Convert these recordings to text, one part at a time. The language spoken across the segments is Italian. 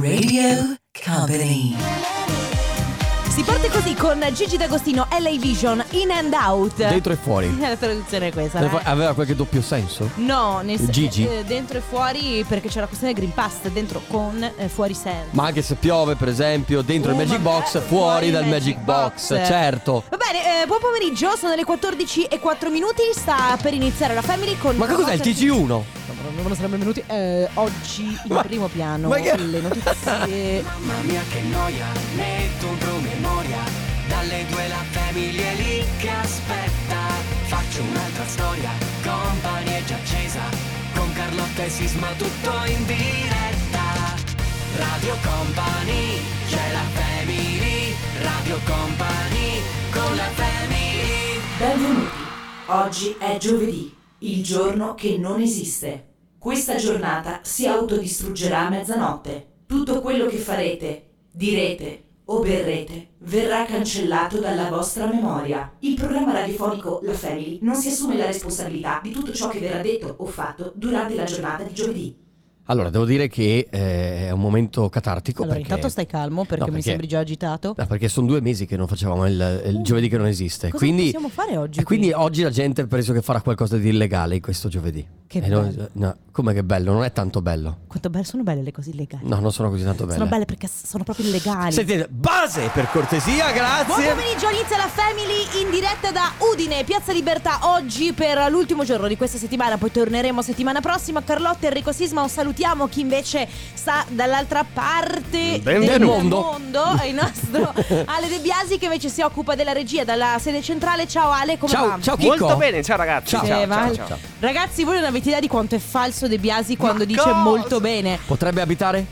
Radio Company. Si parte così con Gigi D'Agostino, LA Vision, In and Out. Dentro e fuori. La traduzione è questa. Dentro- eh. Aveva qualche doppio senso? No, nel se- Gigi. eh, dentro e fuori perché c'è la questione del Green Pass, dentro con, eh, fuori senza. Ma anche se piove, per esempio, dentro Oh, il Magic ma- Box, fuori dal Magic Box, certo. Va bene, eh, buon pomeriggio, sono le 14 e 4 minuti, sta per iniziare la Family con... Ma che cos'è il TG1? Non lo sarebbe venuti eh, oggi in Ma- primo piano ma che- le notizie... Mamma mia che noia, metto un promemoria Dalle due la famiglia è lì che aspetta Faccio un'altra storia, company è già accesa Con Carlotta e Sisma tutto in diretta Radio Company, c'è la family Radio Company, con la family Benvenuti. Oggi è giovedì, il giorno che non esiste. Questa giornata si autodistruggerà a mezzanotte. Tutto quello che farete, direte o berrete verrà cancellato dalla vostra memoria. Il programma radiofonico La Family non si assume la responsabilità di tutto ciò che verrà detto o fatto durante la giornata di giovedì. Allora, devo dire che eh, è un momento catartico. Allora, Ecco perché... intanto stai calmo perché, No, mi sembri già agitato. No, perché sono due mesi che non facevamo il, il Uh, giovedì che non esiste. Cosa Eh, quindi, possiamo fare oggi? e quindi qui? oggi la gente penso che farà qualcosa di illegale questo giovedì. Che E non- bello. no, come che bello? Non è tanto bello. Quanto belle sono belle le cose illegali. No, non sono così tanto belle. Sono belle perché s- sono proprio illegali. Sentite, base per cortesia, Buon grazie. pomeriggio, inizia la Family in diretta da Udine, Piazza Libertà, oggi per l'ultimo giorno di questa settimana, poi torneremo settimana prossima. Carlotta, Enrico Sisma, salutiamo chi invece sta dall'altra parte Del del mondo. mondo, è il nostro Ale De Biasi che invece si occupa della regia dalla sede centrale. Ciao Ale, come ciao, va? ciao Chicco. Molto bene, ciao ragazzi Ciao. Eh, Val. ciao. Ragazzi, voi non avete idea di quanto è falso De Biasi quando dice cosa? molto bene Potrebbe abitare?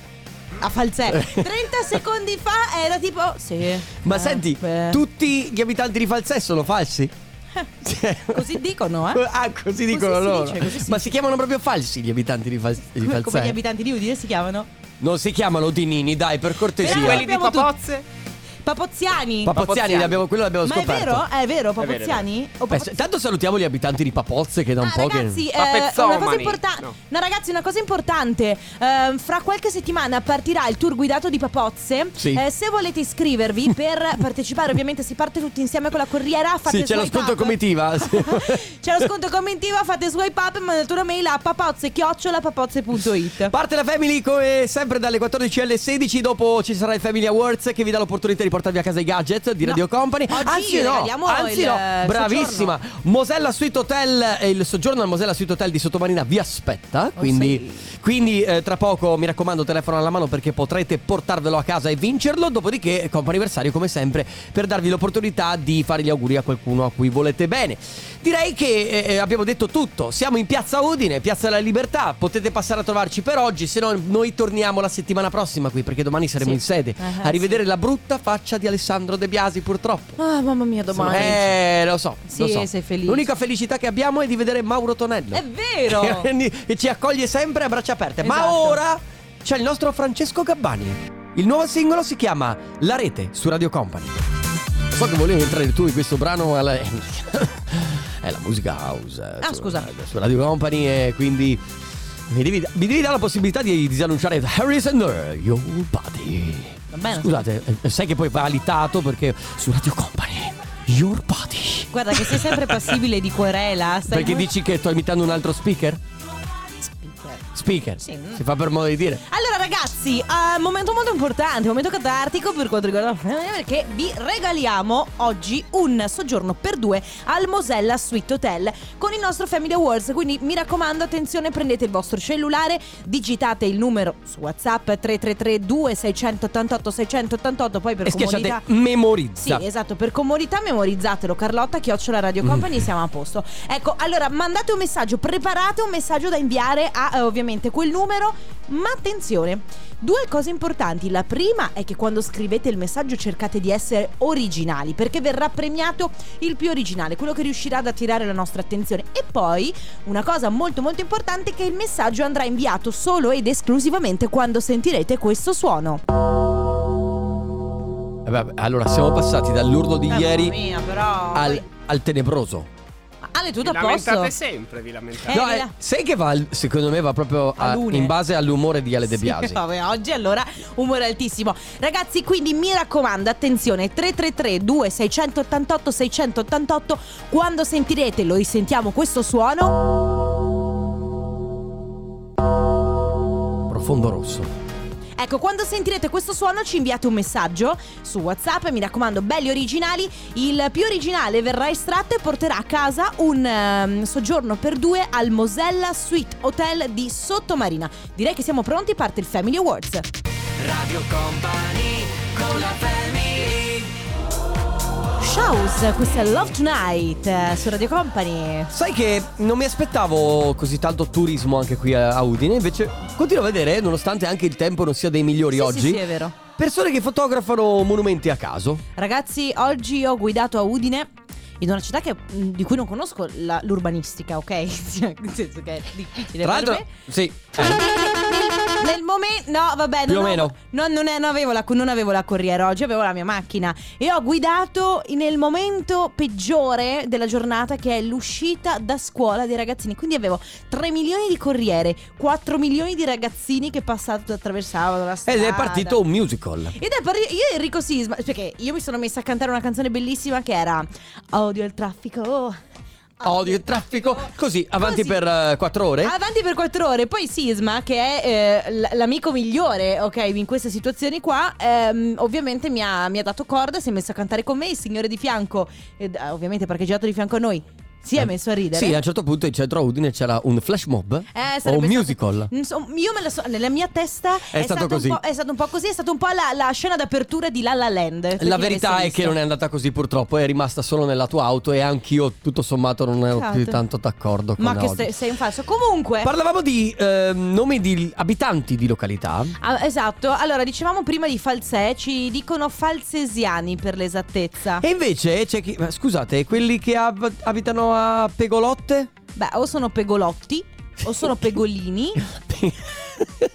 a falsè. 30 secondi fa era tipo sì. Eh. Ma eh, senti, beh. tutti gli abitanti di Falsè sono falsi? Cioè, Così dicono, eh? Ah, così dicono si loro. dice, così si Ma dice. si chiamano proprio falsi gli abitanti di, Fal- di eh? Come, come Falsè? gli abitanti di Udine si chiamano? non si chiamano Dinini, dai, per cortesia. Però Quelli di Eh, abbiamo tutti- Papozze? Papozziani. Papozziani, li abbiamo- quello l'abbiamo Ma è scoperto. vero? Eh, È vero, Papozziani? O Beh, Papoz- se- tanto salutiamo gli abitanti di Papozze che da un Ah, po' ragazzi, che... eh, una cosa Papezzomani. importante. No. No. ragazzi, una cosa importante. Ehm, fra qualche settimana partirà il tour guidato di Papozze. Sì. Eh, se volete iscrivervi per partecipare, ovviamente si parte tutti insieme con la corriera. Fate Sì, c'è lo swipe sconto up. comitiva. Sì. C'è lo sconto commentiva, fate swipe up e mandate una mail a papozze.it. Parte la Family come sempre dalle 14 alle 16. Dopo ci sarà il Family Awards che vi dà l'opportunità di portarvi a casa i gadget di No. Radio Company. Oggi anzi, no, regaliamo anzi, il, no, eh, bravissima. Mosella Suite Hotel e il soggiorno al Mosella Suite Hotel di Sottomarina vi aspetta. Quindi, quindi, eh, tra poco mi raccomando, telefono alla mano perché potrete portarvelo a casa e vincerlo. Dopodiché, anniversario come sempre per darvi l'opportunità di fare gli auguri a qualcuno a cui volete bene. Direi che eh, abbiamo detto tutto. Siamo in Piazza Udine, Piazza della Libertà. Potete passare a trovarci per oggi, se no noi torniamo la settimana prossima qui perché domani saremo Sì. in sede Ah, a rivedere la brutta faccia di Alessandro De Biasi purtroppo. Ah, mamma mia, domani. Eh, lo so, Sì, lo so. sei felice. Eh, L'unica felicità che abbiamo è di vedere Mauro Tonello. È vero! e ci accoglie sempre a braccia aperte. Ma Esatto. ora c'è il nostro Francesco Gabbani. Il nuovo singolo si chiama La rete su Radio Company. So che volevi entrare tu in questo brano, ma la- è la musica house. eh, Ah, su- scusa. Su Radio Company e quindi mi devi, mi devi dare la possibilità di disannunciare Harrison Your Body. Va bene. Scusate, eh, sai che poi va alitato perché su Radio Company Your Body. Guarda che sei sempre passibile di querela. Stai Perché dici che sto imitando un altro speaker? Speaker. Sì. Si fa per modo di dire. Allora ragazzi, eh, momento molto importante, momento catartico per quanto riguarda la famiglia, perché vi regaliamo oggi un soggiorno per due al Mosella Suite Hotel con il nostro Family Awards, quindi mi raccomando attenzione, prendete il vostro cellulare, digitate il numero su WhatsApp 333 2688 688, poi per E comodità schiacciate memorizza. sì, esatto, per comodità memorizzatelo Carlotta, chiocciola Radio Company, siamo a posto. Ecco, allora mandate un messaggio, preparate un messaggio da inviare a eh, ovviamente quel numero, ma attenzione, due cose importanti. La prima è che quando scrivete il messaggio cercate di essere originali, perché verrà premiato il più originale, quello che riuscirà ad attirare la nostra attenzione. E poi una cosa molto molto importante è che il messaggio andrà inviato solo ed esclusivamente quando sentirete questo suono. Eh, Oh. vabbè, allora siamo passati dall'urlo di ieri però al, al tenebroso. Ah, male, tutto vi a posto. lamentate sempre, vi lamentate. Eh, No, via. eh, sai che va, secondo me va proprio a- A lune. in base all'umore di Ale De Sì, Biasi. vabbè, oggi allora umore altissimo. Ragazzi, quindi mi raccomando, attenzione, 333 2688 688 quando sentirete lo sentiamo questo suono. Profondo rosso. Ecco, quando sentirete questo suono ci inviate un messaggio su WhatsApp, mi raccomando, belli originali. Il più originale verrà estratto e porterà a casa un ehm, soggiorno per due al Mosella Suite Hotel di Sottomarina. Direi che siamo pronti, parte il Family Awards. Radio Company con la family Shows, questa è Love Tonight eh, su Radio Company. Sai che non mi aspettavo così tanto turismo anche qui a a Udine, invece continuo a vedere, nonostante anche il tempo non sia dei migliori Sì, sì, oggi, sì, è vero. persone che fotografano monumenti a caso. Ragazzi, oggi ho guidato a Udine. In una città che- mm, di cui non conosco la- l'urbanistica, ok? Nel senso che è difficile. Tra per l'altro, me. Ah, sì. Nel momento, no, vabbè, Più non o ho- meno. no, non, è- non avevo la, non avevo la corriera oggi, avevo la mia macchina e ho guidato nel momento peggiore della giornata che è l'uscita da scuola dei ragazzini. Quindi avevo 3 milioni di corriere, 4 milioni di ragazzini che passavano attraversavano la strada. Ed è partito un musical. Ed è per io e Enrico Sisma, perché io mi sono messa a cantare una canzone bellissima che era Odio il traffico. Odio il traffico. Così, avanti Così. per eh, quattro ore. Avanti per quattro ore. Poi Sisma, che è eh, l- l'amico migliore, ok, in queste situazioni qua, ehm, ovviamente mi ha, mi ha dato corda, si è messo a cantare con me, il signore di fianco, ed, eh, ovviamente parcheggiato di fianco a noi, si è Eh, messo a ridere. Sì, a un certo punto in centro a Udine c'era un flash mob Eh, o sarebbe stato- un musical. Non so, io me la so, nella mia testa è, stato un così. po'- è stato un po' così, è stata un po' la, la scena d'apertura di La La Land. per chi La l'avesse verità è visto. che non è andata così purtroppo, è rimasta solo nella tua auto e anch'io tutto sommato non ero Esatto. più tanto d'accordo con Ma che Audi. sei, sei un falso. Comunque. Parlavamo di ehm, nomi di abitanti di località. Ah, esatto, allora dicevamo prima di falsè, ci dicono falsesiani per l'esattezza. E invece c'è chi. ma Scusate, quelli che ab- abitano a Pegolotte? Beh, o sono pegolotti, o sono pegolini,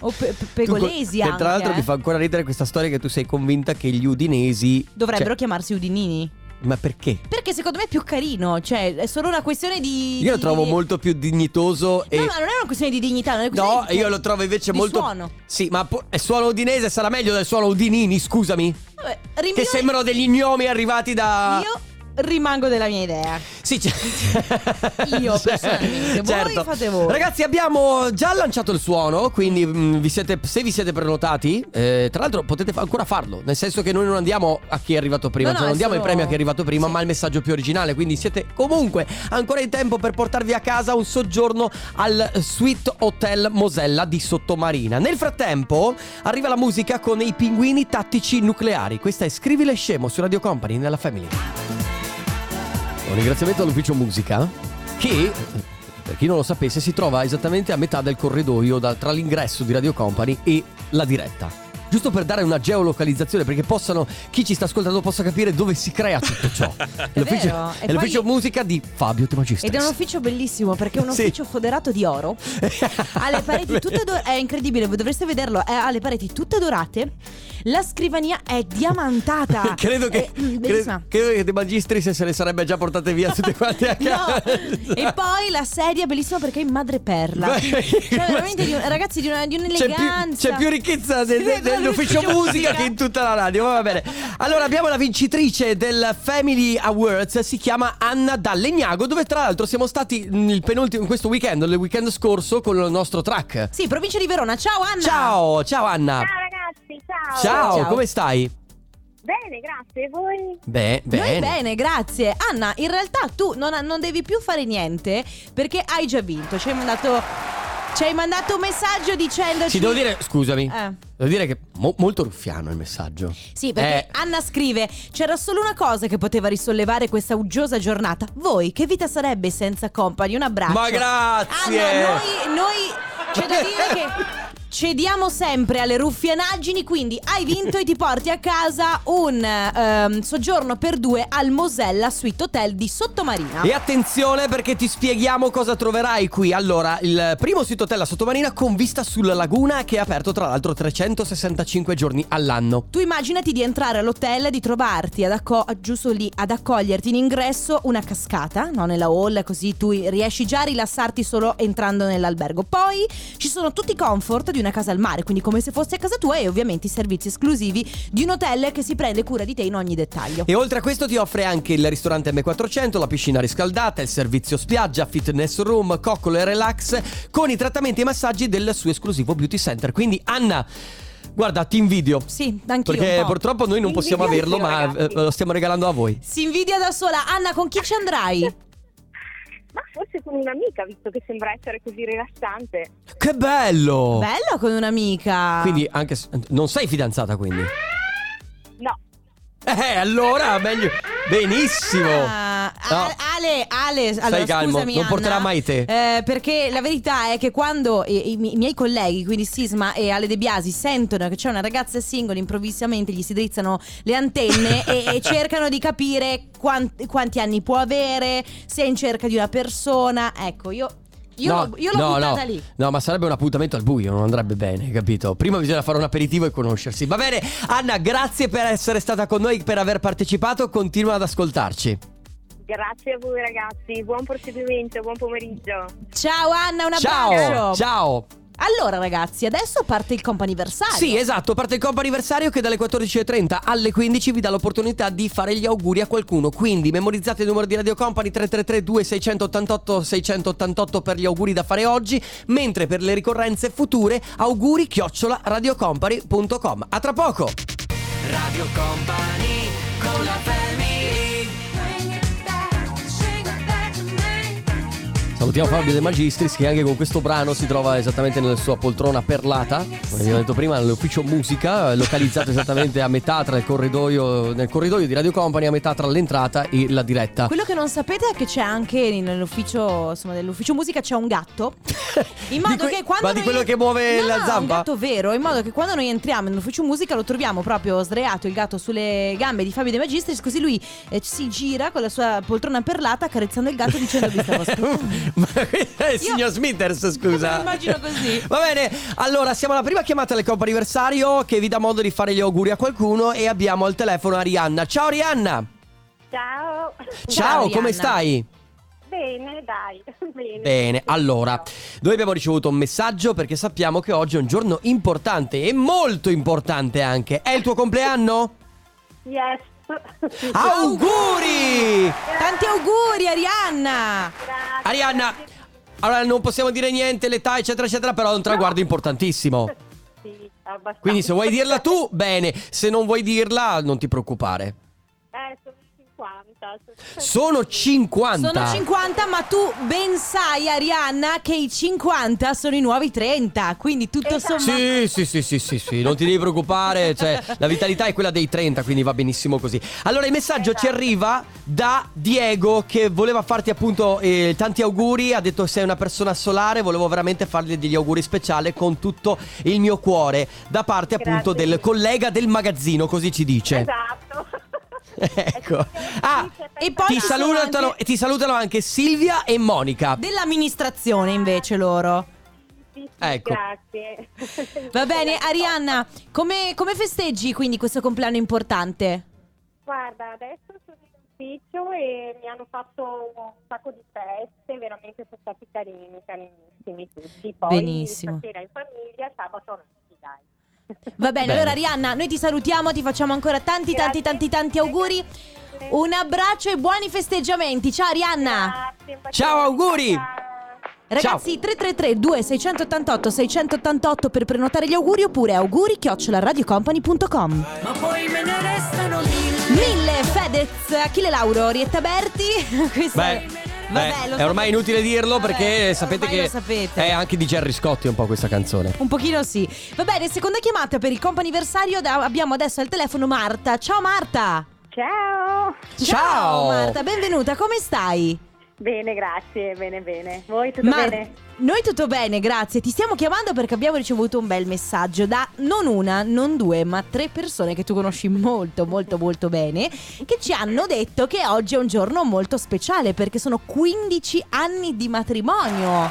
o pe- pe- pegolesi Tu- che anche. Tra l'altro eh. mi fa ancora ridere questa storia che tu sei convinta che gli udinesi. Dovrebbero cioè, chiamarsi udinini. ma perché? Perché secondo me è più carino, cioè è solo una questione di... Io lo di- trovo di- molto più dignitoso e. No, ma non è una questione di dignità, non è una No, questione di- io lo trovo invece di molto. suono. Sì, ma po- il suono udinese sarà meglio del suono udinini, scusami. Vabbè, Che rinvio- sembrano degli gnomi arrivati da. Io rimango della mia idea. Sì, c'è... Io, Cioè, personalmente, voi fate voi. certo. Ragazzi, abbiamo già lanciato il suono, quindi mm, vi siete- se vi siete prenotati, eh, tra l'altro potete fa- ancora farlo, nel senso che noi non andiamo a chi è arrivato prima, No, cioè no, non andiamo è ai solo- premi a chi è arrivato prima, Sì. ma al messaggio più originale, quindi siete comunque ancora in tempo per portarvi a casa un soggiorno al Suite Hotel Mosella di Sottomarina. Nel frattempo arriva la musica con i pinguini tattici nucleari. Questa è Scrivile Scemo su Radio Company nella Family. Un ringraziamento all'ufficio musica che, per chi non lo sapesse, si trova esattamente a metà del corridoio da- tra l'ingresso di Radio Company e la diretta. Giusto per dare una geolocalizzazione, perché possano, chi ci sta ascoltando possa capire dove si crea tutto ciò. l'ufficio, vero, e è l'ufficio poi- musica di Fabio De Magistris. Ed è un ufficio bellissimo perché è un Sì. ufficio foderato di oro. Ha Ah, le pareti tutte dorate. È incredibile, voi dovreste vederlo. È- ha le pareti tutte dorate. La scrivania è diamantata. credo che, È, mm, cre- bellissima. credo che De Magistris se le sarebbe già portate via tutte quante a casa. No. E poi la sedia è bellissima perché è in madreperla. Beh, Cioè, veramente di un- ragazzi, di, una- di C'è più, un'eleganza. c'è più ricchezza de- Sì, de- quello dell'ufficio dell'ufficio musica musica. che in tutta la radio. Va bene. Allora abbiamo la vincitrice del Family Awards, si chiama Anna Dallegnago, dove tra l'altro siamo stati nel penultimo, questo weekend, il weekend scorso con il nostro track. Sì, provincia di Verona. Ciao Anna. Ciao, ciao Anna. Ciao ragazzi, ciao. Ciao, Ciao. come stai? Bene, grazie. E Voi? Beh, Noi bene. bene, grazie. Anna, in realtà tu non, non devi più fare niente perché hai già vinto. Ci hai mandato, ci hai mandato un messaggio dicendoci... Ci devo dire, scusami, Eh. devo dire che mo- molto ruffiano il messaggio. Sì, perché Eh. Anna scrive: C'era solo una cosa che poteva risollevare questa uggiosa giornata. Voi, che vita sarebbe senza compagni? Un abbraccio. Ma grazie! Anna, noi, noi c'è da dire che. Cediamo sempre alle ruffianaggini, quindi hai vinto e ti porti a casa un ehm, soggiorno per due al Mosella Suite Hotel di Sottomarina. E attenzione perché ti spieghiamo cosa troverai qui. Allora, il primo sito hotel a Sottomarina con vista sulla laguna che è aperto tra l'altro 365 giorni all'anno. Tu immaginati di entrare all'hotel e di trovarti ad acco- giusto lì ad accoglierti in ingresso una cascata, no? Nella hall, così tu riesci già a rilassarti solo entrando nell'albergo. Poi ci sono tutti i comfort di una casa al mare, quindi come se fosse a casa tua e ovviamente i servizi esclusivi di un hotel che si prende cura di te in ogni dettaglio. E oltre a questo ti offre anche il ristorante M400, la piscina riscaldata, il servizio spiaggia, fitness room, coccolo e relax con i trattamenti e massaggi del suo esclusivo beauty center. Quindi Anna, guarda, ti invidio. Sì, anch'io Perché un po'. purtroppo noi non Vi possiamo invidio averlo, anch'io, ma ragazzi. eh, lo stiamo regalando a voi. Si invidia da sola. Anna, con chi ci andrai? Oh. Ma forse con un'amica, visto che sembra essere così rilassante. Che bello! Bello con un'amica. Quindi anche se- non sei fidanzata quindi. No, Eh, allora meglio benissimo. Ah, No. Ale- Ale, Ale, allora, calmo, scusami, non Anna, porterà mai te. eh, perché la verità è che quando i, i mi- i miei colleghi, quindi Sisma e Ale De Biasi, sentono che c'è una ragazza single, improvvisamente gli si drizzano le antenne e, e cercano di capire quan- quanti anni può avere, se è in cerca di una persona. Ecco, io, io, No, l'ho, io l'ho no, buttata no. lì. No, ma sarebbe un appuntamento al buio, non andrebbe bene, capito? Prima bisogna fare un aperitivo e conoscersi. Va bene, Anna, grazie per essere stata con noi, per aver partecipato, continua ad ascoltarci. grazie a voi ragazzi, buon proseguimento, buon pomeriggio. Ciao Anna, un ciao, abbraccio. ciao. Allora ragazzi, adesso parte il comp'anniversario. Sì, esatto, parte il compo anniversario che dalle 14.30 alle 15 vi dà l'opportunità di fare gli auguri a qualcuno. Quindi memorizzate il numero di Radio Company 333 2688 688 per gli auguri da fare oggi, mentre per le ricorrenze future auguri chiocciola radiocompany.com. A tra poco! Radio Company con la family Salutiamo Fabio De Magistris che anche con questo brano si trova esattamente nella sua poltrona perlata, come vi ho detto prima, nell'ufficio musica, eh, localizzato esattamente a metà tra il corridoio, nel corridoio di Radio Company, a metà tra l'entrata e la diretta. Quello che non sapete è che c'è anche nell'ufficio, insomma, nell'ufficio musica c'è un gatto. In modo que- che quando ma di noi- quello che muove No, la no, zampa? Un gatto vero, in modo che quando noi entriamo nell'ufficio musica lo troviamo proprio sdraiato il gatto sulle gambe di Fabio De Magistris, così lui eh, si gira con la sua poltrona perlata accarezzando il gatto dicendo vi stavo aspettando. Eh, Ma questo è il Io- signor Smithers, scusa. Me lo immagino così. Va bene, allora siamo alla prima chiamata del Coppa Anniversario che vi dà modo di fare gli auguri a qualcuno e abbiamo al telefono Arianna. Ciao Arianna! Ciao. Ciao, Arianna. come stai? Bene, dai. Bene. Bene, allora, noi abbiamo ricevuto un messaggio perché sappiamo che oggi è un giorno importante e molto importante anche. È il tuo compleanno? Yes. Ah, auguri! Tanti auguri Arianna! Grazie. Arianna, allora non possiamo dire niente, l'età eccetera eccetera, però è un traguardo importantissimo. Sì, abbastanza. Quindi se vuoi dirla tu, bene, se non vuoi dirla non ti preoccupare. Eh, sono 50. Sono 50. Sono 50, ma tu ben sai, Arianna, che i 50 sono i nuovi 30. Quindi tutto Esatto. sommato. Sì, sì, sì, sì, sì, sì, non ti devi preoccupare, cioè la vitalità è quella dei 30, quindi va benissimo così. Allora il messaggio ci Esatto. arriva da Diego che voleva farti appunto eh, tanti auguri, ha detto sei una persona solare, volevo veramente fargli degli auguri speciali con tutto il mio cuore da parte Grazie appunto del mille. collega del magazzino, così ci dice. Esatto. Ecco. Ah, e poi Ti ci sono salutano, anche- ti salutano anche Silvia e Monica. Dell'amministrazione invece loro. Ecco. ecco. Grazie. Va bene, Arianna, come, come festeggi quindi questo compleanno importante? Guarda, adesso sono in ufficio e mi hanno fatto un sacco di feste, veramente sono stati carini, carinissimi tutti. Poi Benissimo. stasera in famiglia, sabato a tutti, dai. Va bene, Bene. allora Arianna, noi ti salutiamo, ti facciamo ancora tanti, tanti, Grazie tanti, tanti mille, auguri. grazie. Un abbraccio e buoni festeggiamenti. Ciao Arianna! Grazie, un bacione. Ciao, auguri. Ciao. Ragazzi, 333 2688 688 per prenotare gli auguri oppure auguri radiocompany.com Ma poi me ne restano lì Mille Fedez, Achille Lauro, Rietta Berti. Questo Beh, è- beh, Vabbè, lo è ormai sapete. inutile dirlo Vabbè, perché sapete ormai che lo sapete. è anche di Jerry Scotti un po' questa canzone. Un pochino sì. Va bene, seconda chiamata per il comp'anniversario. Da- abbiamo adesso al telefono Marta. Ciao Marta! Ciao. Ciao! Marta, benvenuta, come stai? Bene, grazie, bene, bene. Voi tutto Mar- bene? Noi tutto bene, grazie. Ti stiamo chiamando perché abbiamo ricevuto un bel messaggio da non una, non due, ma tre persone che tu conosci molto, molto, molto bene, che ci hanno detto che oggi è un giorno molto speciale perché sono 15 anni di matrimonio.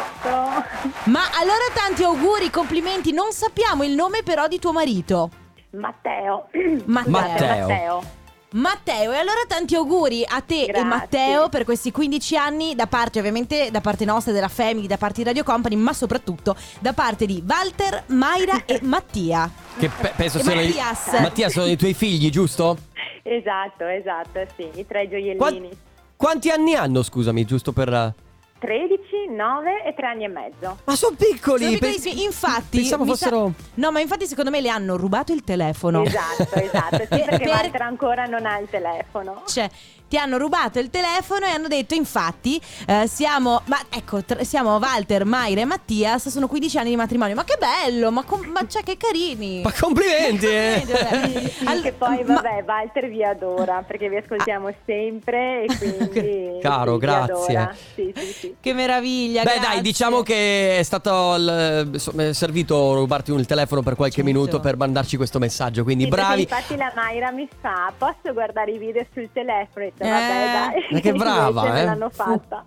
Esatto. Ma allora tanti auguri, complimenti. Non sappiamo il nome però di tuo marito. Matteo. Matteo. Matteo. Matteo. Matteo, e allora tanti auguri a te e Grazie. Matteo per questi 15 anni da parte ovviamente da parte nostra, della Family, da parte di Radio Company, ma soprattutto da parte di Walter, Mayra e Mattia. Che pe- penso E siano i- Mattias. Mattia sono i tuoi figli, giusto? Esatto, esatto, sì, i tre Qua- gioiellini. Quanti anni hanno, scusami, giusto per... eh, 13, 9 e 3 anni e mezzo. Ma sono piccoli! Sono pe- piccolissimi, infatti, Pensavo mi sa- fossero... No, ma infatti secondo me le hanno rubato il telefono. Esatto, esatto, sì, perché Per- Walter ancora non ha il telefono. Cioè, ti hanno rubato il telefono e hanno detto infatti eh, siamo, ma ecco, tra- siamo Walter, Mayra e Mattias, sono 15 anni di matrimonio. Ma che bello, ma, com- ma cioè che carini. Ma complimenti! eh. Vabbè. Sì, All- che poi ma- Ah. vabbè, Walter vi adora perché vi ascoltiamo sempre e quindi Caro, sì, vi grazie. adora. Sì, sì, sì. Che meraviglia. Beh grazie. dai, diciamo che è stato il- insomma, è servito rubarti un- il telefono per qualche Certo. minuto per mandarci questo messaggio, quindi Sì, perché bravi. Infatti la Mayra mi fa, posso guardare i video sul telefono? E ho detto, Eh, vabbè, dai. ma che brava, Invece me eh. l'hanno fatta.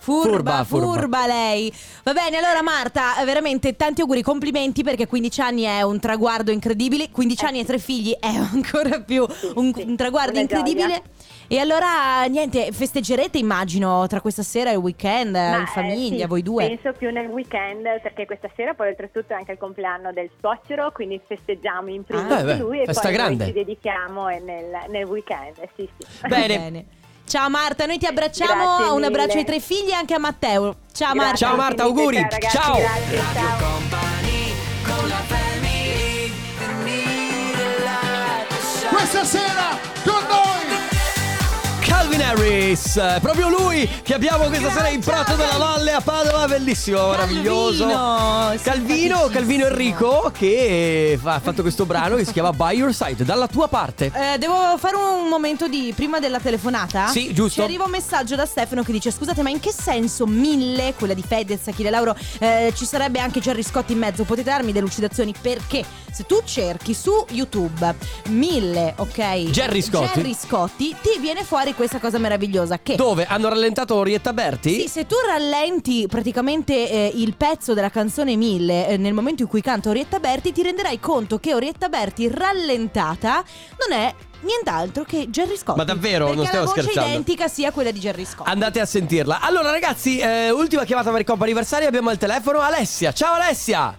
Furba, Furba, furba, furba. lei. Va bene, allora Marta, eh, veramente tanti auguri, complimenti perché 15 anni è un traguardo incredibile, 15 anni e tre figli è ancora più un, Eh sì, un traguardo una gioia. incredibile. E allora niente, festeggerete immagino tra questa sera e il weekend eh, Ma, in eh, famiglia, sì, voi due. Penso più nel weekend perché questa sera poi oltretutto è anche il compleanno del suocero, quindi festeggiamo in primis Ah, beh, beh, lui e festa poi noi grande. ci dedichiamo eh, nel, nel weekend. eh, Sì, sì. Bene. Ciao Marta, noi ti abbracciamo, Grazie un abbraccio mille. ai tre figli e anche a Matteo. Ciao Marta. Ciao, Marta, infinite, auguri. ragazzi, Ciao. grazie, ciao. Questa sera con noi Calvin Harris, eh, proprio lui che abbiamo questa sera in Prato della Valle a Padova, bellissimo, meraviglioso. Calvino, Calvino, Calvino Enrico che fa- ha fatto questo brano che si chiama By Your Side, dalla tua parte. Eh, devo fare un momento di prima della telefonata? Sì, giusto. Ah, Ci arriva un messaggio da Stefano che dice: Scusate, ma in che senso mille, quella di Fedez, Achille Lauro, eh, ci sarebbe anche Jerry Scott in mezzo? Potete darmi delucidazioni? Perché se tu cerchi su YouTube mille, ok? Jerry Scotti. Jerry Scotti, ti viene fuori questa cosa meravigliosa che. Dove hanno rallentato Orietta Berti? Sì, se tu rallenti praticamente eh, il pezzo della canzone 1000 eh, nel momento in cui canta Orietta Berti, ti renderai conto che Orietta Berti rallentata non è nient'altro che Jerry Scott. Ma davvero? Perché Non stiamo la voce scherzando. identica sia quella di Jerry Scott. Andate a sentirla. Allora, ragazzi, eh, ultima chiamata per il compo anniversario. Abbiamo al telefono Alessia. Ciao Alessia!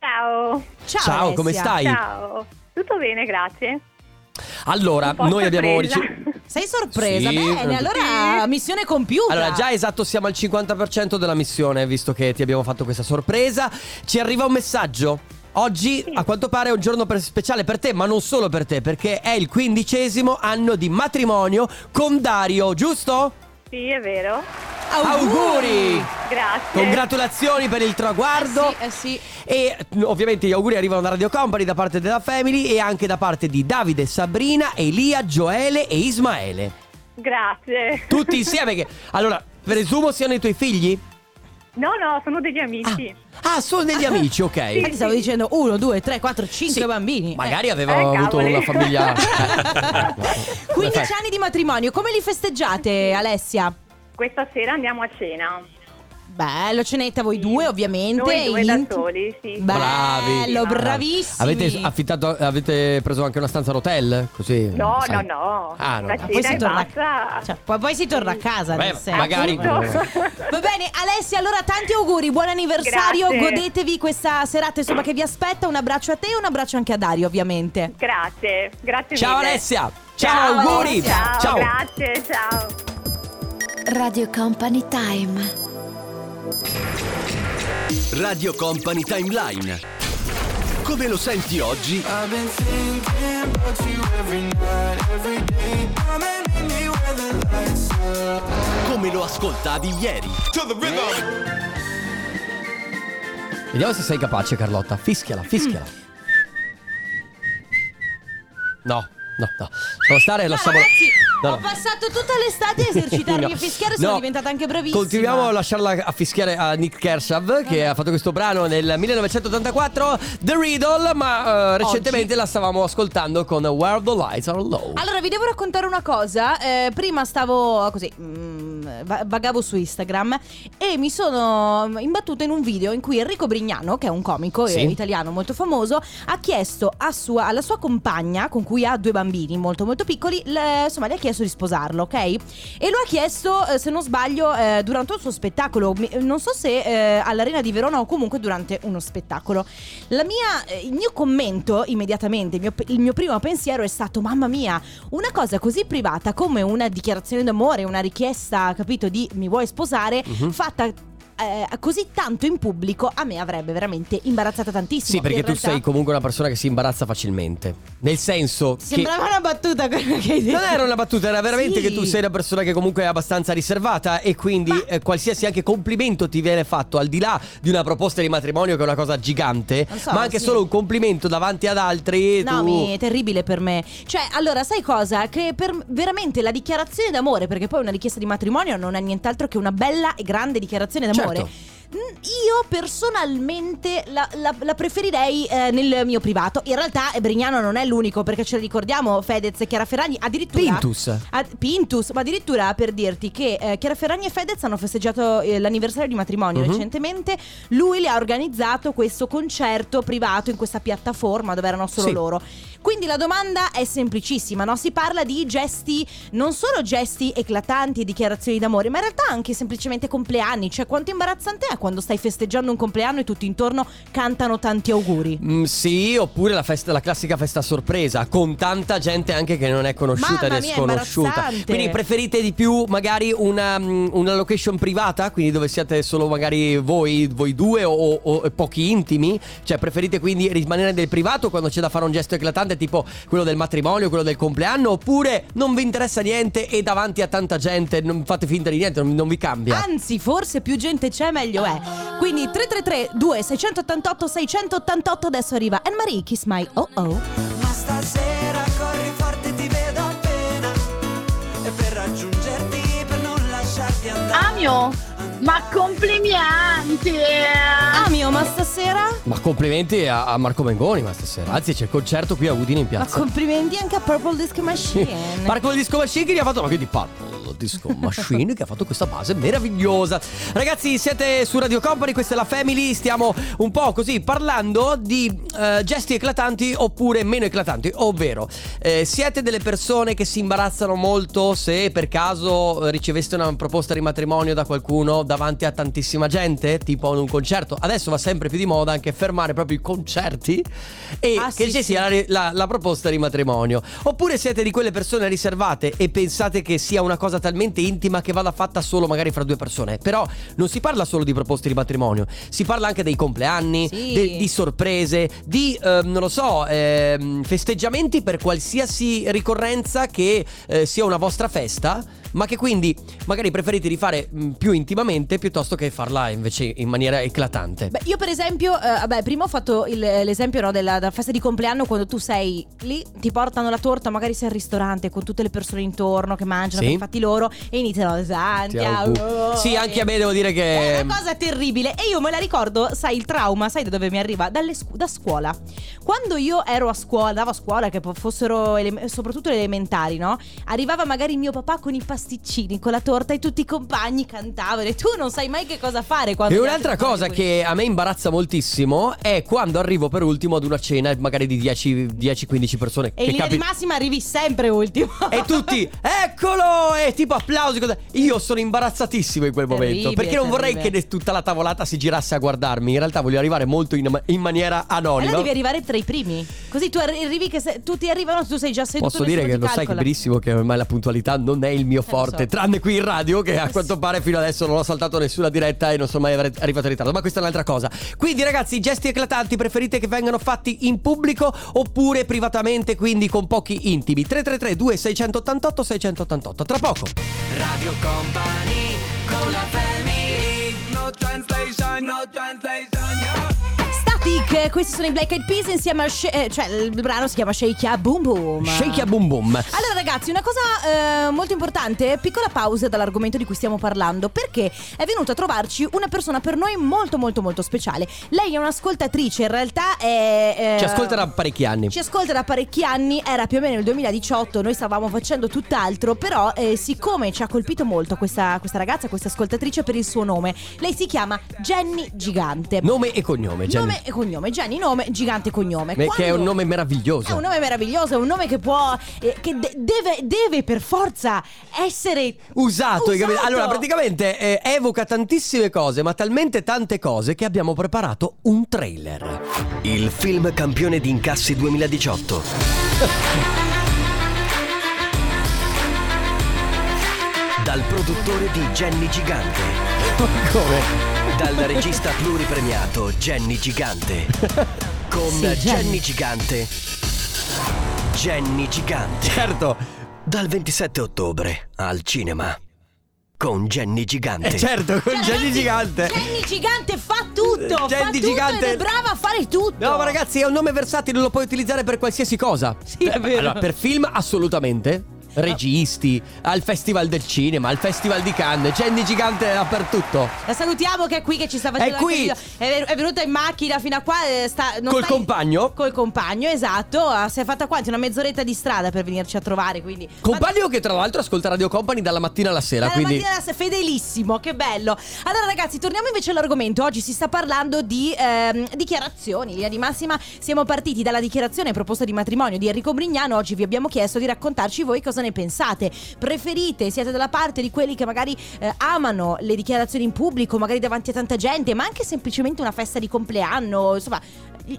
Ciao. Ciao, Ciao, Alessia. come stai? Ciao. Tutto bene, grazie. Allora, Un po' noi abbiamo sorpresa. ricevuto. Sei sorpresa? Sì. Bene, allora missione compiuta. Allora, già esatto, siamo al 50% della missione, visto che ti abbiamo fatto questa sorpresa. Ci arriva un messaggio. Oggi, a quanto pare, è un giorno per- speciale per te, ma non solo per te, perché è il quindicesimo anno di matrimonio con Dario, giusto? Sì, è vero. Auguri! Grazie. Congratulazioni per il traguardo. Eh sì, eh sì. E mm, ovviamente gli auguri arrivano da Radio Company da parte della Family e anche da parte di Davide, Sabrina, Elia, Gioele e Ismaele. Grazie. Tutti insieme che... Allora, presumo siano i tuoi figli? No, no, sono degli amici. Ah, sono degli amici, ok. Infatti stavo dicendo 1, 2, 3, 4, 5 Sì. bambini. Magari avevano Eh, avuto cavoli. una famiglia... 15 anni di matrimonio, come li festeggiate, Alessia? Questa sera andiamo a Mm. cena. Bello, cenetta voi due ovviamente. Noi due in- da soli, sì. Bravi. Bello, Bravi. bravissimi. Avete affittato, avete preso anche una stanza all'hotel? Così. No, sai. no, no. Ah, no. La no. cena- poi si, Dai, torna, basta. cioè, poi, poi si torna a casa. Vabbè, nel senso. magari- Appunto. Va bene, Alessia, allora tanti auguri, buon anniversario, Grazie. godetevi questa serata insomma che vi aspetta. Un abbraccio a te e un abbraccio anche a Dario, ovviamente. Grazie, grazie Ciao mille. Alessia! Ciao, auguri! Ciao, Ciao. grazie, ciao. Radio Company Time. Radio Company Timeline. Come lo senti oggi? Come lo ascoltavi ieri? Vediamo se sei capace, Carlotta. Fischiala, fischiala. Mm. No, no, no. Lasciamo stare, Ma lasciamo. Ah, ragazzi, Ho No, no. passato tutta l'estate a esercitarmi No. a fischiare, sono No. diventata anche bravissima. Continuiamo a lasciarla a fischiare a Nick Kershaw che ha fatto questo brano nel 1984 The Riddle, ma eh, recentemente la stavamo ascoltando con Where the Lights Are Low. Allora, vi devo raccontare una cosa. Eh, prima stavo così. mm, va- vagavo su Instagram e mi sono imbattuta in un video in cui Enrico Brignano, che è un comico Sì. eh, italiano molto famoso, ha chiesto a sua- alla sua compagna, con cui ha due bambini molto molto piccoli, le- insomma, le ha chiesto di sposarlo, ok? E lo ha chiesto, eh, se non sbaglio, eh, durante un suo spettacolo. Mi- Non so se eh, all'Arena di Verona o comunque durante uno spettacolo. La mia- eh, il mio commento immediatamente, il mio, il mio primo pensiero è stato: Mamma mia, una cosa così privata come una dichiarazione d'amore, una richiesta, capito, di mi vuoi sposare, Mhm. fatta. eh, così tanto in pubblico a me avrebbe veramente imbarazzata tantissimo. Sì, perché In tu realtà sei comunque una persona che si imbarazza facilmente. Nel senso che Sembrava una battuta quella che hai detto. non era una battuta, era veramente Sì. che tu sei una persona che comunque è abbastanza riservata e quindi eh, qualsiasi anche complimento ti viene fatto al di là di una proposta di matrimonio che è una cosa gigante, Non so, ma anche sì. solo un complimento davanti ad altri No, tu- mi è terribile per me. Cioè, allora, sai cosa? Che per veramente la dichiarazione d'amore, perché poi una richiesta di matrimonio non è nient'altro che una bella e grande dichiarazione d'amore. Certo. Mm, Io personalmente la, la- la preferirei eh, nel mio privato. In realtà eh, Brignano non è l'unico, perché ce lo ricordiamo, Fedez e Chiara Ferragni, addirittura. Pintus. A- Pintus, ma addirittura per dirti che eh, Chiara Ferragni e Fedez hanno festeggiato eh, l'anniversario di matrimonio recentemente, lui le ha organizzato questo concerto privato in questa piattaforma dove erano solo Sì. loro. Quindi la domanda è semplicissima, no? Si parla di gesti, non solo gesti eclatanti e dichiarazioni d'amore, ma in realtà anche semplicemente compleanni, cioè quanto imbarazzante è quando stai festeggiando un compleanno e tutti intorno cantano tanti auguri. Mm, sì, oppure la, festa- la classica festa a sorpresa, con tanta gente anche che non è Mamma conosciuta ed è mia, sconosciuta. imbarazzante. Quindi preferite di più magari una, mm, una location privata, quindi dove siate solo magari voi, voi due o, o- o pochi intimi? Cioè preferite quindi rimanere nel privato quando c'è da fare un gesto eclatante tipo quello del matrimonio, quello del compleanno, oppure non vi interessa niente e davanti a tanta gente non fate finta di niente, non, non vi cambia? Anzi, forse più gente c'è, meglio è. Quindi 333 2688 688 adesso arriva Anne-Marie Kiss My Oh Oh. Ma stasera corri forte, ti vedo appena. E per raggiungerti, per non lasciarti andare. Amio, ma complimenti! Amio, Ah, ma stasera? Ma complimenti a, a Marco Mengoni, ma stasera. Anzi, c'è il concerto qui a Udine in Ma piazza. complimenti anche a Purple Disco Machine. Parco Disco Machine che gli ha fatto ma che di Purple Disco Machine che ha fatto questa base meravigliosa ragazzi siete su Radio Company questa è la Family stiamo un po' così parlando di eh, gesti eclatanti oppure meno eclatanti ovvero eh, siete delle persone che si imbarazzano molto se per caso eh, riceveste una proposta di matrimonio da qualcuno davanti a tantissima gente tipo in un concerto adesso va sempre più di moda anche fermare proprio i concerti e Ah, che sì, ci sì. sia la, la- la proposta di matrimonio. Oppure siete di quelle persone riservate e pensate che sia una cosa talmente intima che vada fatta solo magari fra due persone. Però non si parla solo di proposte di matrimonio, si parla anche dei compleanni, Sì. de- di sorprese, di ehm, non lo so, ehm, festeggiamenti per qualsiasi ricorrenza che eh, sia una vostra festa. Ma che quindi magari preferite rifare mh, più intimamente piuttosto che farla invece in maniera eclatante. Beh, io per esempio, eh, vabbè, prima ho fatto il- l'esempio no, della, della festa di compleanno quando tu sei lì, ti portano la torta, magari sei al ristorante con tutte le persone intorno che mangiano, Sì. che fatti loro e iniziano tanti Ti auguro. auguri. Sì, anche a me devo dire che. mm, È una cosa terribile e io me la ricordo, sai il trauma, sai da dove mi arriva? Dalle scu- da scuola. Quando io ero a scuola, andavo a scuola, che po- fossero ele- soprattutto le elementari, no? Arrivava magari mio papà con i pasticcini, con la torta e tutti i compagni cantavano e tu non sai mai che cosa fare quando... E gli un'altra altri cosa compagni- che a me imbarazza moltissimo è quando arrivo per ultimo ad una cena, magari di 10 10-15 persone. E in che linea capi- di massima arrivi sempre ultimo. e tutti, eccolo! E tipo applausi. cosa- Io sono imbarazzatissimo in quel momento. Terribile, Perché non vorrei terribile. che tutta la tavolata si girasse a guardarmi. In realtà voglio arrivare molto in, in maniera anonima. Allora devi arrivare tra i primi. Così tu arri- arrivi che se- tutti arrivano, tu sei già seduto. Posso dire che nessuno lo ti sai che calcola. Eh, benissimo che ormai la puntualità non è il mio lo forte, so. Eh, tranne qui in radio che a quanto pare fino adesso non ho saltato nessuna diretta e non sono mai arri- arrivato in ritardo, ma questa è un'altra cosa. Quindi ragazzi, i gesti eclatanti preferite che vengano fatti in pubblico oppure privatamente, quindi con pochi intimi. 333 2688 688. Tra poco. Radio Company con la family. No translation, no translation. yeah. Static, questi sono i Black Eyed Peas insieme al... Sha- eh, cioè, il brano si chiama Shake Ya Boom Boom. Shake a boom boom. Allora ragazzi, una cosa eh, molto importante, piccola pausa dall'argomento di cui stiamo parlando, perché è venuta a trovarci una persona per noi molto molto molto speciale. Lei è un'ascoltatrice, in realtà è... eh, cioè, Ci ascolterà parecchi anni. Ci ascolta da parecchi anni, era più o meno il 2018, noi stavamo facendo tutt'altro, però eh, siccome ci ha colpito molto questa, questa ragazza, questa ascoltatrice per il suo nome, lei si chiama Jenny Gigante. Nome e cognome, Jenny. Nome e cognome, Jenny nome, gigante cognome. Eh, Che è un Quando- nome meraviglioso. è un nome meraviglioso, è un nome che può. eh, che de- deve, deve per forza essere. Usato, hai capito? Usato. allora praticamente eh, evoca tantissime cose, ma talmente tante cose che abbiamo preparato un trailer. Il film campione di incassi 2018. Dal produttore di Jenny Gigante. Come? Dal regista pluripremiato Jenny Gigante. Con Sì, Jenny. Jenny Gigante. Jenny Gigante. Certo, Dal 27 ottobre al cinema. Con Jenny Gigante. eh, certo, con Cioè, Jenny ragazzi, Gigante. Jenny Gigante fa tutto! Jenny fa tutto Gigante- Ed è brava a fare tutto! No, ma ragazzi, è un nome versatile, lo puoi utilizzare per qualsiasi cosa. Sì, è vero. Allora, per film assolutamente. Registi, al Festival del Cinema, al Festival di Cannes, Jenny Gigante è dappertutto. La salutiamo che è qui che ci sta facendo È anche qui! il video. È, ver- è venuta in macchina fino a qua. eh, Sta, non Col sta- compagno? Col compagno, esatto. Ah, Si è fatta quanti? Una mezz'oretta di strada per venirci a trovare. Quindi. Compagno che tra l'altro ascolta Radio Company dalla mattina alla sera, Dalla quindi... mattina alla sera, fedelissimo, che bello. Allora ragazzi, torniamo invece all'argomento. Oggi si sta parlando di ehm, dichiarazioni. Linea di massima, siamo partiti dalla dichiarazione proposta di matrimonio di Enrico Brignano. Oggi vi abbiamo chiesto di raccontarci voi cosa ne pensate. Preferite, siete dalla parte di quelli che magari eh, amano le dichiarazioni in pubblico, magari davanti a tanta gente, ma anche semplicemente una festa di compleanno, insomma... eh,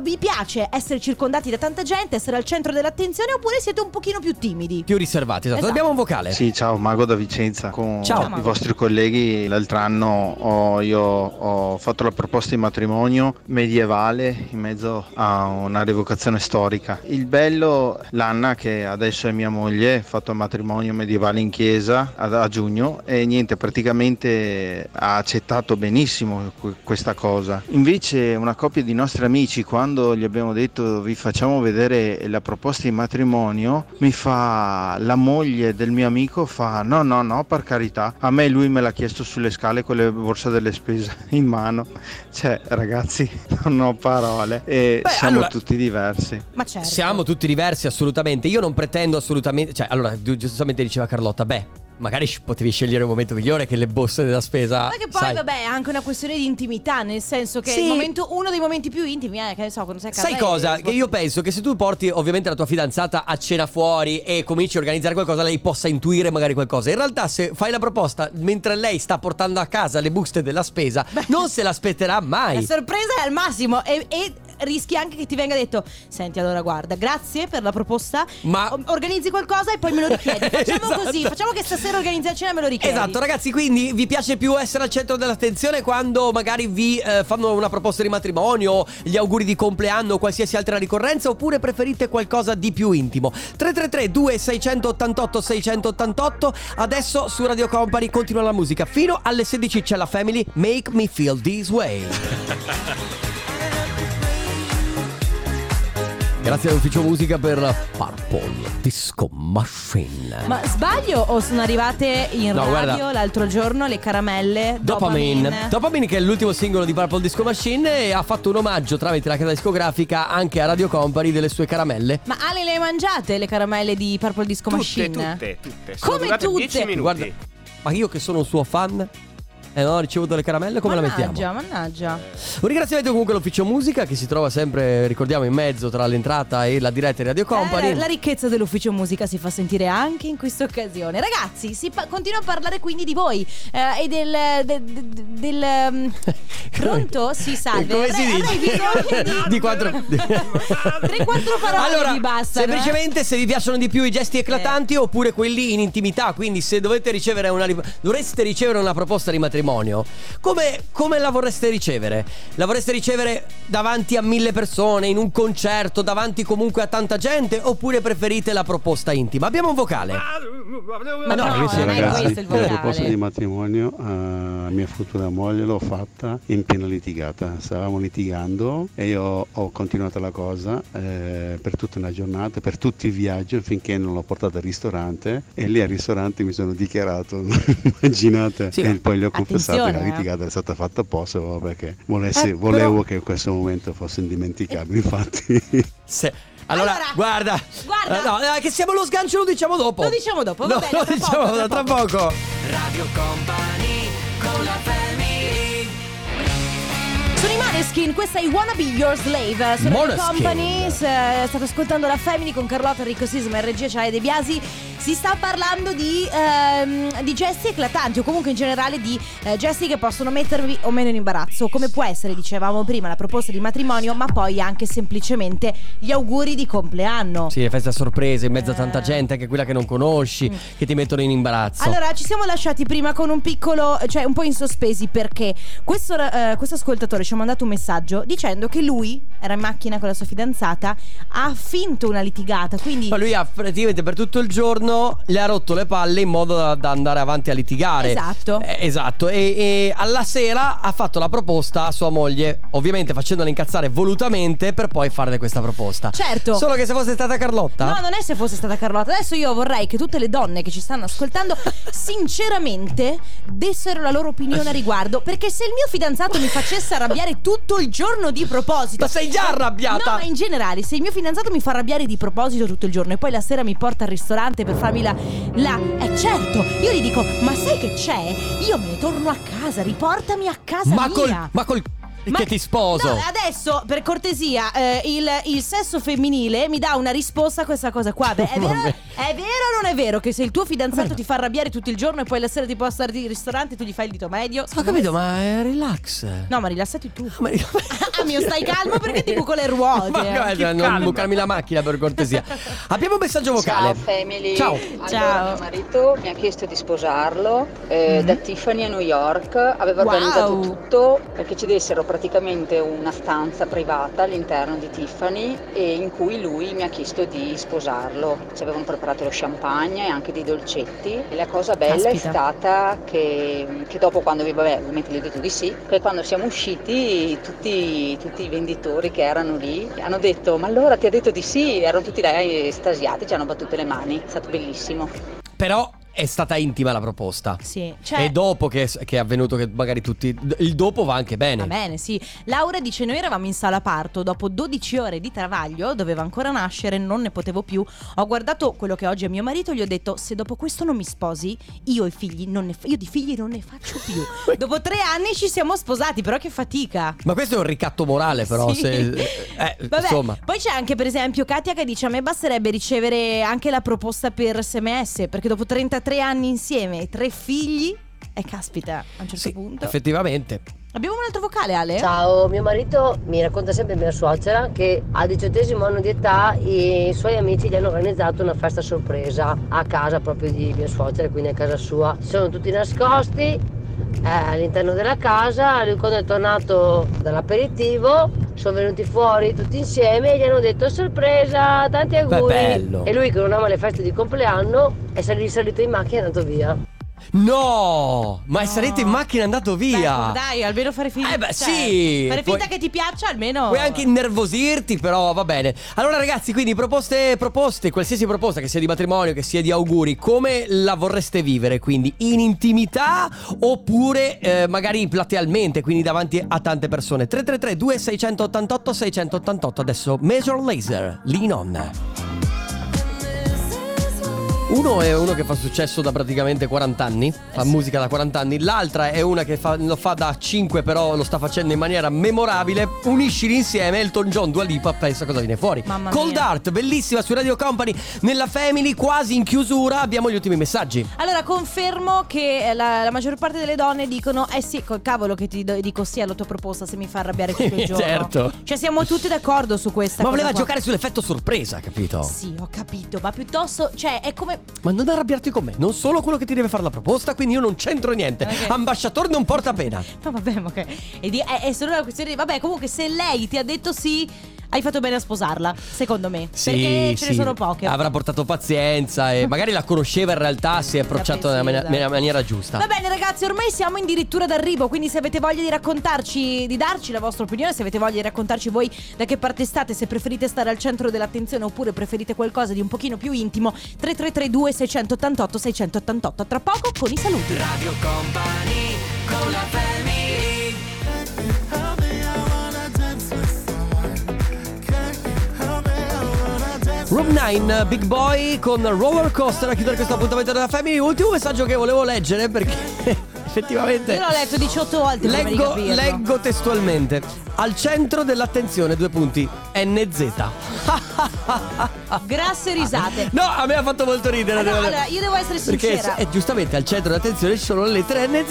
Vi piace essere circondati da tanta gente, essere al centro dell'attenzione oppure siete un pochino più timidi? Più riservati, esatto. Esatto. Abbiamo un vocale. Sì, ciao, Mago da Vicenza. Con Ciao. i vostri colleghi l'altro anno ho- io ho fatto la proposta di matrimonio medievale in mezzo a una rivocazione storica. Il bello, l'Anna, che adesso è mia moglie, ha fatto il matrimonio medievale in chiesa ad- a, giugno e niente, praticamente ha accettato benissimo que- questa cosa. Invece una coppia di nostri amici, quando gli abbiamo detto vi facciamo vedere la proposta di matrimonio, mi fa la moglie del mio amico fa no no no per carità, a me lui me l'ha chiesto sulle scale con le borse delle spese in mano. Cioè ragazzi, non ho parole e Beh, siamo allora- tutti diversi. Ma certo. Siamo tutti diversi, assolutamente. Io non pretendo assolutamente. Cioè, allora, gi- giustamente diceva Carlotta, beh, magari sci- potevi scegliere un momento migliore che le borse della spesa. Ma che poi, Ah, sai. vabbè, è anche una questione di intimità, nel senso che Sì. il momento- uno dei momenti più intimi è che ne so, quando sei a casa Sai e- cosa? Che io penso che se tu porti ovviamente la tua fidanzata a cena fuori e cominci a organizzare qualcosa, lei possa intuire magari qualcosa. In realtà, se fai la proposta mentre lei sta portando a casa le buste della spesa, non se l'aspetterà La mai. sorpresa è al massimo e, e rischi anche che ti venga detto: Senti, allora guarda, grazie per la proposta. Ma- O- Organizzi qualcosa e poi me lo richiedi. Facciamo Ah. Esatto. così, facciamo che stasera organizzi la cena e me lo richiedi. Esatto, ragazzi, quindi vi piace più essere al centro dell'attenzione quando magari vi eh, fanno una proposta di matrimonio, gli auguri di compleanno o qualsiasi altra ricorrenza oppure preferite qualcosa di più intimo? 333 2688 688 Adesso su Radio Company continua la musica fino alle 16 c'è la Family Make Me Feel This Way. Grazie all'ufficio musica per Purple Disco Machine. Ma sbaglio o sono arrivate in radio No, guarda. l'altro giorno le caramelle? Dopamine. Dopamine che è l'ultimo singolo di Purple Disco Machine e ha fatto un omaggio tramite la casa discografica anche a Radio Company delle sue caramelle. Ma Ale le hai mangiate le caramelle di Purple Disco Tutte, Machine? tutte, tutte. Sono Come durate tutte? 10 minuti. Guarda, ma io che sono un suo fan e non ho ricevuto le caramelle, come mannaggia, la mettiamo? mannaggia. Un ringraziamento comunque all'ufficio musica che si trova sempre, ricordiamo, in mezzo tra l'entrata e la diretta di Radio Company. Eh, la ricchezza dell'ufficio musica si fa sentire anche in questa occasione. Ragazzi, si pa- continua a parlare quindi di voi eh, e del. de- de- de- del, ehm, pronto? Sì, salve. Eh, Come si Avrei- dice? avrei bisogno di- Di quattro... Tre, quattro parole allora, vi bastano, Semplicemente se vi piacciono di più i gesti Eh. eclatanti oppure quelli in intimità. Quindi se dovete ricevere una... ri- dovreste ricevere una proposta di matrimonio, come, come la vorreste ricevere? La vorreste ricevere davanti a mille persone, in un concerto, davanti comunque a tanta gente? Oppure preferite la proposta intima? Abbiamo un vocale. Ma no, no, ragazzi, non è Ragazzi, questo il la proposta di vocale. matrimonio a mia futura moglie l'ho fatta in piena litigata. Stavamo litigando e io ho continuato la cosa eh, per tutta una giornata, per tutto il viaggio, finché non l'ho portata al ristorante e lì al ristorante mi sono dichiarato, immaginate. Sì, e poi gli ho confessato che la attenzione, eh. litigata era stata fatta apposta proprio perché volessi- Eh, però- volevo che questo momento fosse Eh, indimenticabile, infatti. Se- allora, guarda, guarda. Eh, no, eh, che siamo allo sgancio, lo diciamo dopo. Lo diciamo dopo, va No, bene, Lo tra diciamo poco, tra tra poco. Radio Company con la family Sono i Maneskin, questa è Wanna Be Your Slave Sono Radio Måneskin. Company, s- state ascoltando la Family con Carlotta, Enrico Sisma, RG, Ciaia De Biasi Si sta parlando di, ehm, di gesti eclatanti o comunque in generale di eh, gesti che possono mettervi o meno in imbarazzo Come può essere, dicevamo prima, la proposta di matrimonio ma poi anche semplicemente gli auguri di compleanno Sì, le feste a sorprese in mezzo a tanta Eh. Mm. gente, anche quella che non conosci, che ti mettono in imbarazzo. Allora, ci siamo lasciati prima con un piccolo, cioè un po' in sospesi perché questo, eh, questo ascoltatore ci ha mandato un messaggio dicendo che lui era in macchina con la sua fidanzata, ha finto una litigata, quindi... Ma lui ha praticamente per tutto il giorno le ha rotto le palle in modo da, da andare avanti a litigare. Esatto. Eh, esatto. E, e alla sera ha fatto la proposta a sua moglie, ovviamente facendola incazzare volutamente per poi farle questa proposta. Certo. Solo che se fosse stata Carlotta. No, non è se fosse stata Carlotta. Adesso io vorrei che tutte le donne che ci stanno ascoltando, sinceramente, dessero la loro opinione a riguardo. Perché se il mio fidanzato mi facesse arrabbiare tututto il giorno di proposito. Ma sei già arrabbiata! No, ma in generale, se il mio fidanzato mi fa arrabbiare di proposito tutto il giorno e poi la sera mi porta al ristorante per farmi la. la. Eh certo, io gli dico, ma sai che c'è? Io me ne torno a casa, riportami a casa ma mia. col. Ma col. Ma- Che ti sposo. No, adesso per cortesia, eh, il, il sesso femminile mi dà una risposta a questa cosa qua. Beh, è, vero, Vabbè. è vero o non è vero che se il tuo fidanzato ti fa arrabbiare tutto il giorno e poi la sera ti porta al ristorante tu gli fai il dito medio? Ho capito, ma eh, relax. No, ma rilassati tu. Ma io- Ah, mio, stai calmo perché ti buco le ruote. Ma guarda, non bucarmi la macchina per cortesia. Abbiamo un messaggio vocale. Ciao family. Ciao. Allora, Ciao. mio marito mi ha chiesto di sposarlo eh, da Tiffany a New York. Aveva Wow. organizzato tutto perché ci dessero praticamente una stanza privata all'interno di Tiffany e in cui lui mi ha chiesto di sposarlo. Ci avevano preparato lo champagne e anche dei dolcetti. E la cosa bella Caspita. è stata che, che dopo quando vabbè, ovviamente gli ho detto di sì, poi quando siamo usciti tutti, tutti i venditori che erano lì hanno detto ma allora ti ha detto di sì, erano tutti là estasiati, ci hanno battute le mani, è stato bellissimo. Però è stata intima la proposta. Sì, cioè. E dopo che, che è avvenuto, che magari tutti. Il dopo va anche bene. Va bene, sì. Laura dice: Noi eravamo in sala parto. Dopo 12 ore di travaglio, doveva ancora nascere, non ne potevo più. Ho guardato quello che oggi è mio marito e gli ho detto: Se dopo questo non mi sposi, io i figli non ne fa- io di figli non ne faccio più. dopo tre anni ci siamo sposati, però che fatica. Ma questo è un ricatto morale, però. Sì. Se, eh, Vabbè, insomma. poi c'è anche per esempio Katia che dice a me basterebbe ricevere anche la proposta per sms perché dopo 33 anni insieme e tre figli, e caspita, a un certo Sì, punto. effettivamente. Abbiamo un altro vocale Ale? Ciao, mio marito mi racconta sempre mia suocera che al diciottesimo anno di età i suoi amici gli hanno organizzato una festa sorpresa a casa proprio di mia suocera, quindi a casa sua. Si sono tutti nascosti eh, all'interno della casa, lui quando è tornato dall'aperitivo sono venuti fuori tutti insieme e gli hanno detto sorpresa, tanti auguri. bello. E lui che non ama le feste di compleanno è sal- risalito in macchina e è andato via. No! Ma sarete in macchina e andato via. Beh, dai, almeno fare finta. Eh beh, cioè, sì, Fare finta puoi- che ti piaccia almeno. Puoi anche innervosirti, però va bene. Allora, ragazzi, quindi proposte, proposte, qualsiasi proposta, che sia di matrimonio, che sia di auguri, come la vorreste vivere? Quindi in intimità oppure eh, magari platealmente, quindi davanti a tante persone. 333-2688-688, adesso Major Laser, Lean On. Uno è uno che fa successo da praticamente 40 anni, Eh fa musica da 40 anni, l'altra è una che fa- lo fa da 5 però lo sta facendo in maniera memorabile, uniscili insieme Elton John, Dua Lipa, pensa cosa viene fuori. Mamma Cold mia. Art, bellissima su Radio Company, nella Family, quasi in chiusura, abbiamo gli ultimi messaggi. Allora, confermo che eh, la, la maggior parte delle donne dicono: Eh sì, col cavolo che ti do- dico sì alla tua proposta se mi fa arrabbiare tutto il giorno. Certo. Cioè, siamo tutti d'accordo su questa Ma cosa voleva qua. giocare sull'effetto sorpresa, capito? Sì, ho capito, ma piuttosto, cioè, è come me, ma non arrabbiarti con me, non sono quello che ti deve fare la proposta, quindi io non c'entro niente. Ok. Ambasciatore non porta pena. No, vabbè, ma che. E di- è, è solo una questione di. Vabbè, comunque, se lei ti ha detto sì, hai fatto bene a sposarla. Secondo me. perché ce ne sì. sono poche. Avrà portato pazienza e magari la conosceva in realtà, si è approcciato nella mani- esatto. nella maniera giusta. Va bene ragazzi, ormai siamo addirittura d'arrivo, quindi se avete voglia di raccontarci, di darci la vostra opinione, se avete voglia di raccontarci voi da che parte state, se preferite stare al centro dell'attenzione oppure preferite qualcosa di un pochino più intimo, 3332 688 688. Tra poco con i saluti. Radio Company con la family Room 9, Big Boy con Roller Coaster a chiudere questo appuntamento della Family. Ultimo messaggio che volevo leggere perché effettivamente... Io l'ho letto 18 volte prima di Leggo, capirlo. leggo testualmente. Al centro dell'attenzione, due punti, NZ. Grasse risate. No, a me ha fatto molto ridere. Ah, no, devo dire. allora, io devo essere Ah, Perché sincera. eh, giustamente al centro dell'attenzione ci sono le lettere NZ.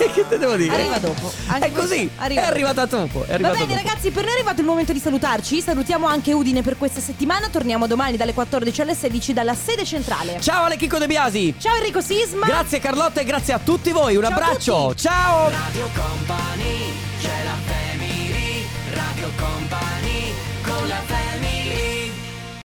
E che te devo dire? Eh. Arriva dopo. Anche è così. questo arriva è arrivata dopo. È Va arrivata bene dopo. ragazzi, per noi è arrivato il momento di salutarci. Salutiamo anche Udine per questa settimana. Torniamo domani dalle 14 alle 16 dalla sede centrale. Ciao Ale Chicco De Biasi. Ciao Enrico Sisma. Grazie Carlotta e grazie a tutti voi. Un abbraccio. Ciao. Radio Company c'è la family Radio Company con la family